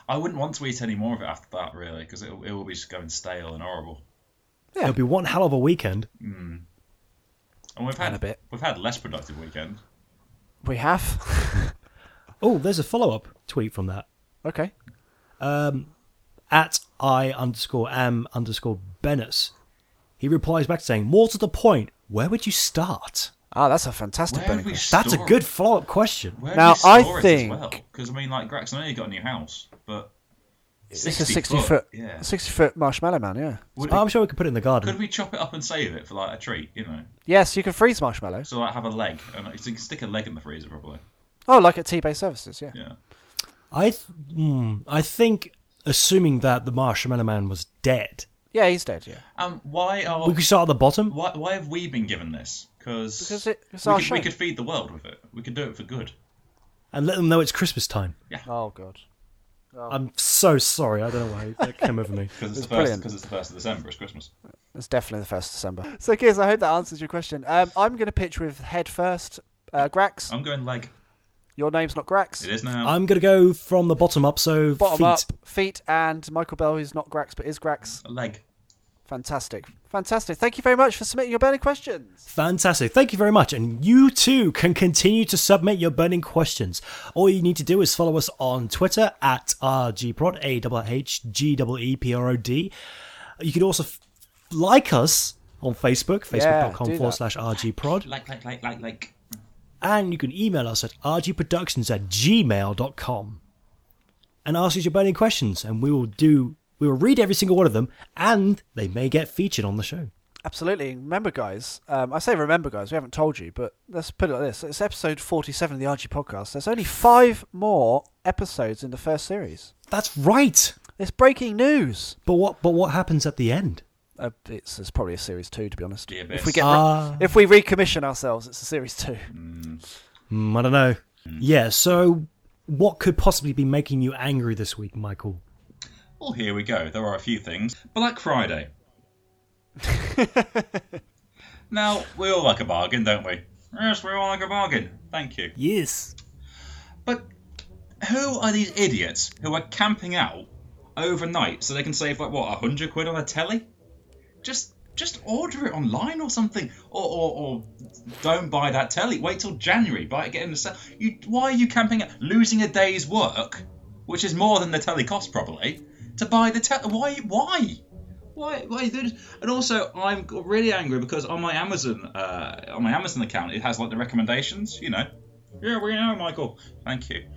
S3: I wouldn't want to eat any more of it after that, really, because it it will be just going stale and horrible.
S1: Yeah.
S2: It'll be one hell of a weekend.
S3: And we've had
S1: And a bit.
S3: we've had less productive weekend.
S1: We have.
S2: Oh, there's a follow up tweet from that.
S1: okay.
S2: at I underscore am underscore Bennis. He replies back saying, More to the point, where would you start?
S1: Ah, that's a fantastic
S3: Where
S1: burning
S3: would we
S1: question.
S2: That's a
S3: store
S2: good follow up question.
S3: Where
S1: Now,
S3: do you
S1: I
S3: store
S1: think-
S3: it as well? Because I mean, like Grax, I know you got a new house, but
S1: It's a 60 foot,
S3: Yeah.
S1: 60 foot marshmallow man. Yeah.
S3: Would
S2: Oh,
S3: it-
S2: I'm sure we could put it in the garden.
S3: could we chop it up and save it for like a treat? You know,
S1: Yes, you can freeze marshmallows.
S3: so like have a leg and like, you can stick a leg in the freezer probably.
S1: Oh, like at T-Bay Services. Yeah.
S3: Yeah.
S2: I, th- hmm, I think, assuming that the Marshmallow Man was dead,
S1: Yeah, he's dead. Yeah.
S3: Um, why are
S2: we could start at the bottom.
S3: why why have we been given this? Cause
S1: Because it- it's
S3: we,
S1: our
S3: could, we
S1: show.
S3: could feed the world with it. We could do it for good.
S2: and let them know it's Christmas time.
S1: Oh god. Oh.
S2: I'm so sorry. I don't know why that came over me.
S3: Because it's, the first.
S1: brilliant.
S3: Because it's the first of December. It's Christmas.
S1: It's definitely the first December. So, Kiz, I hope that answers your question. Um, I'm going to pitch with head first. Uh, Grax,
S3: I'm going leg.
S1: your name's not Grax.
S3: Oh. It is now.
S2: I'm going to go from the bottom up, so
S1: Bottom
S2: feet.
S1: up, feet, and Michael Bell, who's not Grax but is Grax.
S3: a leg.
S1: Fantastic. Fantastic. Thank you very much for submitting your burning questions.
S2: Fantastic. Thank you very much. And you too can continue to submit your burning questions. All you need to do is follow us on Twitter at RGProd, E A-H-G-E-E-P-R-O-D. You can also f- like us on Facebook,
S1: Yeah,
S2: facebook.com
S1: do
S2: forward
S1: that.
S2: slash RGProd.
S3: Like, like, like, like, like.
S2: And you can email us at rgproductions at gmail.com and ask us your burning questions. And we will do, we will read every single one of them and they may get featured on the show.
S1: Absolutely. Remember, guys, um, I say remember, guys, we haven't told you, but let's put it like this. It's episode 47 of the Archie podcast. There's only five more episodes in the first series.
S2: That's right.
S1: It's breaking news.
S2: But what, but what happens at the end?
S1: Uh, it's, it's probably a series two, to be honest.
S3: The
S1: If
S3: abyss.
S1: we get re-
S2: Ah.
S1: if we recommission ourselves, it's a series two.
S2: Mm, I don't know. Yeah, so what could possibly be making you angry this week, Michael?
S3: Well, here we go. There are a few things. Black Friday. now, we all like a bargain, don't we? Yes, we all like a bargain. Thank you.
S2: Yes.
S3: But who are these idiots who are camping out overnight so they can save like what a hundred quid on a telly? Just just order it online or something, or, or, or don't buy that telly. Wait till January. Buy it. Get in the sale. You why are you camping out, losing a day's work, which is more than the telly cost probably, to buy the telly? Why why? Why, why, dude? And also, I'm really angry because on my Amazon, uh, on my Amazon account, it has like the recommendations. You know, yeah, we know, Michael. Thank you.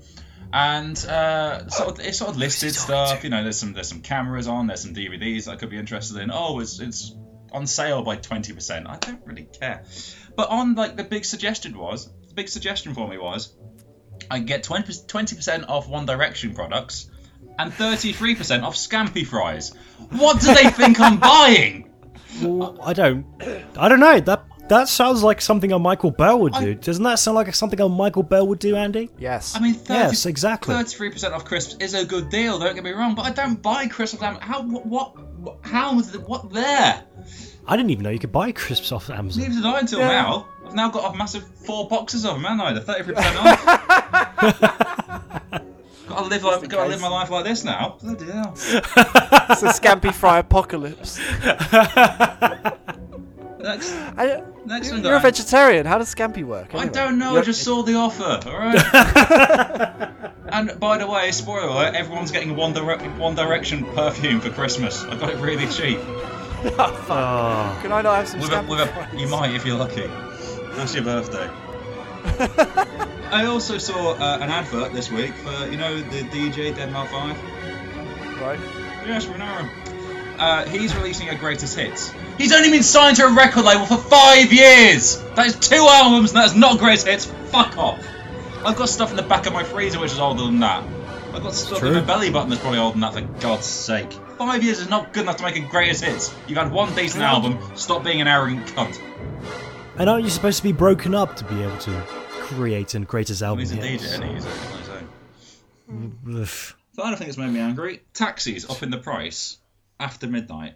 S3: And uh, sort of, it sort of listed stuff. You know, there's some there's some cameras on, there's some DVDs that I could be interested in. Oh, it's it's on sale by twenty percent. I don't really care. But on like the big suggestion was the big suggestion for me was I get 20 percent off One Direction products and thirty three percent off Scampi fries. What do they think I'm buying?
S2: I don't. I don't know. That that sounds like something a Michael Bell would do. Doesn't that sound like something a Michael Bell would do, Andy?
S1: Yes.
S3: I mean, 30,
S2: Yes, exactly.
S3: Thirty-three percent off crisps is a good deal. Don't get me wrong, but I don't buy crisps. I'm, how? What? what how? was the- What? There.
S2: I didn't even know you could buy crisps off Amazon.
S3: Neither did I until now. I've now got a massive four boxes of them, haven't I? The thirty-three percent off. Got to live like, got to live my life like this now. Bloody hell.
S1: it's a scampi fry apocalypse.
S3: Next,
S1: I,
S3: next one,
S1: you're a
S3: guys.
S1: vegetarian. How does scampi work?
S3: I
S1: anyway?
S3: don't know. I
S1: You're-
S3: just saw the offer. All right. and by the way, spoiler alert: everyone's getting one, dire- one Direction perfume for Christmas. I got it really cheap.
S2: Ah,
S1: Can I not have some
S3: With a,
S1: scampi
S3: with a,
S1: fries?
S3: you might if you're lucky. That's your birthday. I also saw uh, an advert this week for you know the DJ Dead Mal Five.
S1: Right.
S3: Yes, we know him. Uh, he's releasing a greatest hits. He's only been signed to a record label for five years. That is two albums, and that's not greatest hits. Fuck off. I've got stuff in the back of my freezer which is older than that. I've got stuff in
S2: true.
S3: my belly button that's probably older than that. For God's sake, five years is not good enough to make a greatest hits. You've had one decent album. Stop being an arrogant cunt.
S2: and aren't you supposed to be broken up to be able to create and greatest
S3: Well,
S2: album?
S3: he's a
S2: hits?
S3: DJ, isn't he? He's a- on his own.
S2: Oof.
S3: The other thing that's made me angry: taxis up in the price after midnight.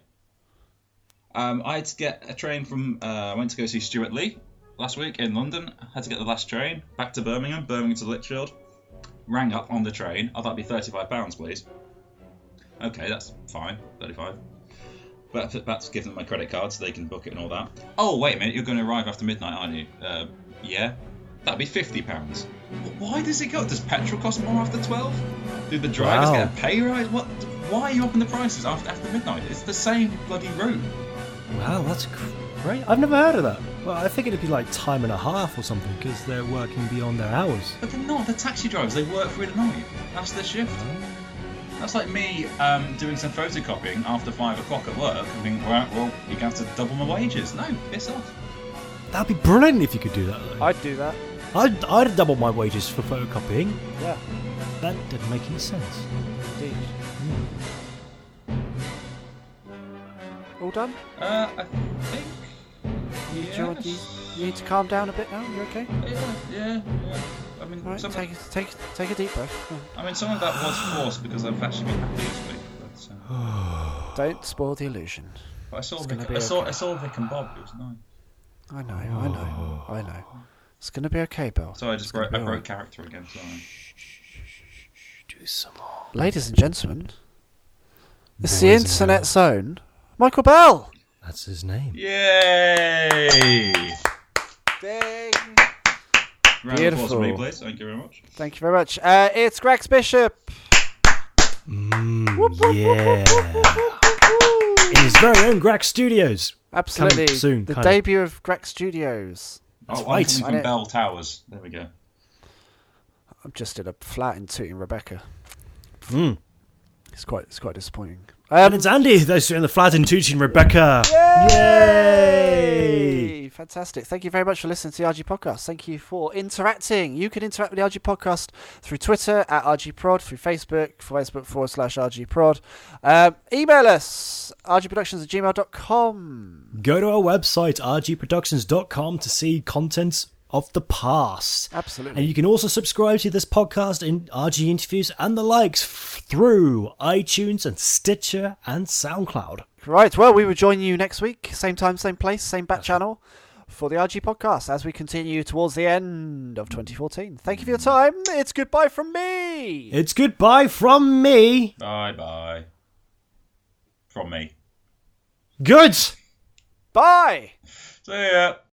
S3: Um, I had to get a train from. Uh, I went to go see Stuart Lee last week in London. I had to get the last train back to Birmingham, Birmingham to Lichfield. Rang up on the train. Oh, that'd be thirty-five pounds, please. Okay, that's fine. Thirty-five. But but that's give them my credit card so they can book it and all that. Oh wait a minute, you're going to arrive after midnight, aren't you? Uh, yeah. That'd be fifty pounds. Why does it go? Does petrol cost more after twelve? Do the drivers
S2: Wow.
S3: get a pay rise? What? Why are you upping the prices after after midnight? It's the same bloody route.
S2: Wow, that's cr- great. I've never heard of that. Well, I figured it'd be like time and a half or something because they're working beyond their hours.
S3: But they're not. They're taxi drivers. They work through the night. That's their shift. That's like me um, doing some photocopying after five o'clock at work and think, right, well, you're going to have to double my wages. No, piss off.
S2: That'd be brilliant if you could do that. Though.
S1: I'd do that.
S2: I'd, I'd double my wages for photocopying.
S1: Yeah,
S2: That didn't make any sense.
S1: indeed. All done?
S3: Uh, I think.
S1: Do you, want- do you-
S3: Yes.
S1: you need to calm down a bit now? You okay?
S3: Yeah, yeah, yeah. I mean,
S1: All right,
S3: some,
S1: take, take, take a deep breath.
S3: I mean, some of that was forced because I've actually been happy this week. But, uh,
S1: Don't spoil the illusion.
S3: but I saw,
S1: It's
S3: Vic,
S1: gonna be
S3: I, saw, I saw Vic and Bob. It was nice.
S1: I know, I know, I know. It's going to be okay, Bill.
S3: So I just broke, I
S1: be
S3: broke
S1: alright.
S3: character again. Sorry.
S2: Do some more.
S1: Ladies and gentlemen, it's the Internet Zone. Michael Bell.
S2: That's his name.
S3: Yay!
S1: Ding.
S3: Round of applause for me,
S1: Beautiful.
S3: please. Thank you very much.
S1: Thank you very much. Uh, it's Grex Bishop.
S2: Mm, yeah. In his very own Grax Studios.
S1: Absolutely.
S2: Coming soon,
S1: the
S2: kind of.
S1: debut of, Grex Studios.
S3: Oh,
S2: right.
S3: I'm coming
S1: I
S3: from
S1: know.
S3: Bell Towers. There we go.
S1: I'm just in a flat in Tooting Rebecca.
S2: Mm.
S1: It's quite it's quite disappointing. Um,
S2: And it's Andy that's in the flat in Tucci and Rebecca. Yay!
S1: Hey, Fantastic. Thank you very much for listening to the RG Podcast. Thank you for interacting. You can interact with the RG Podcast through Twitter at RG Prod, through Facebook, Facebook forward slash RG Prod. Um, email us, rgproductions at gmail.com.
S2: Go to our website, rgproductions.com, to see content of the past.
S1: Absolutely.
S2: And you can also subscribe to this podcast in RG interviews and the likes f- through iTunes and Stitcher and SoundCloud.
S1: Right. Well, we will join you next week, same time, same place, same bat channel for the RG Podcast as we continue towards the end of 2014. Thank you for your time. It's goodbye from me.
S2: It's goodbye from me.
S3: Bye bye. From me.
S2: Good.
S1: Bye.
S3: See ya.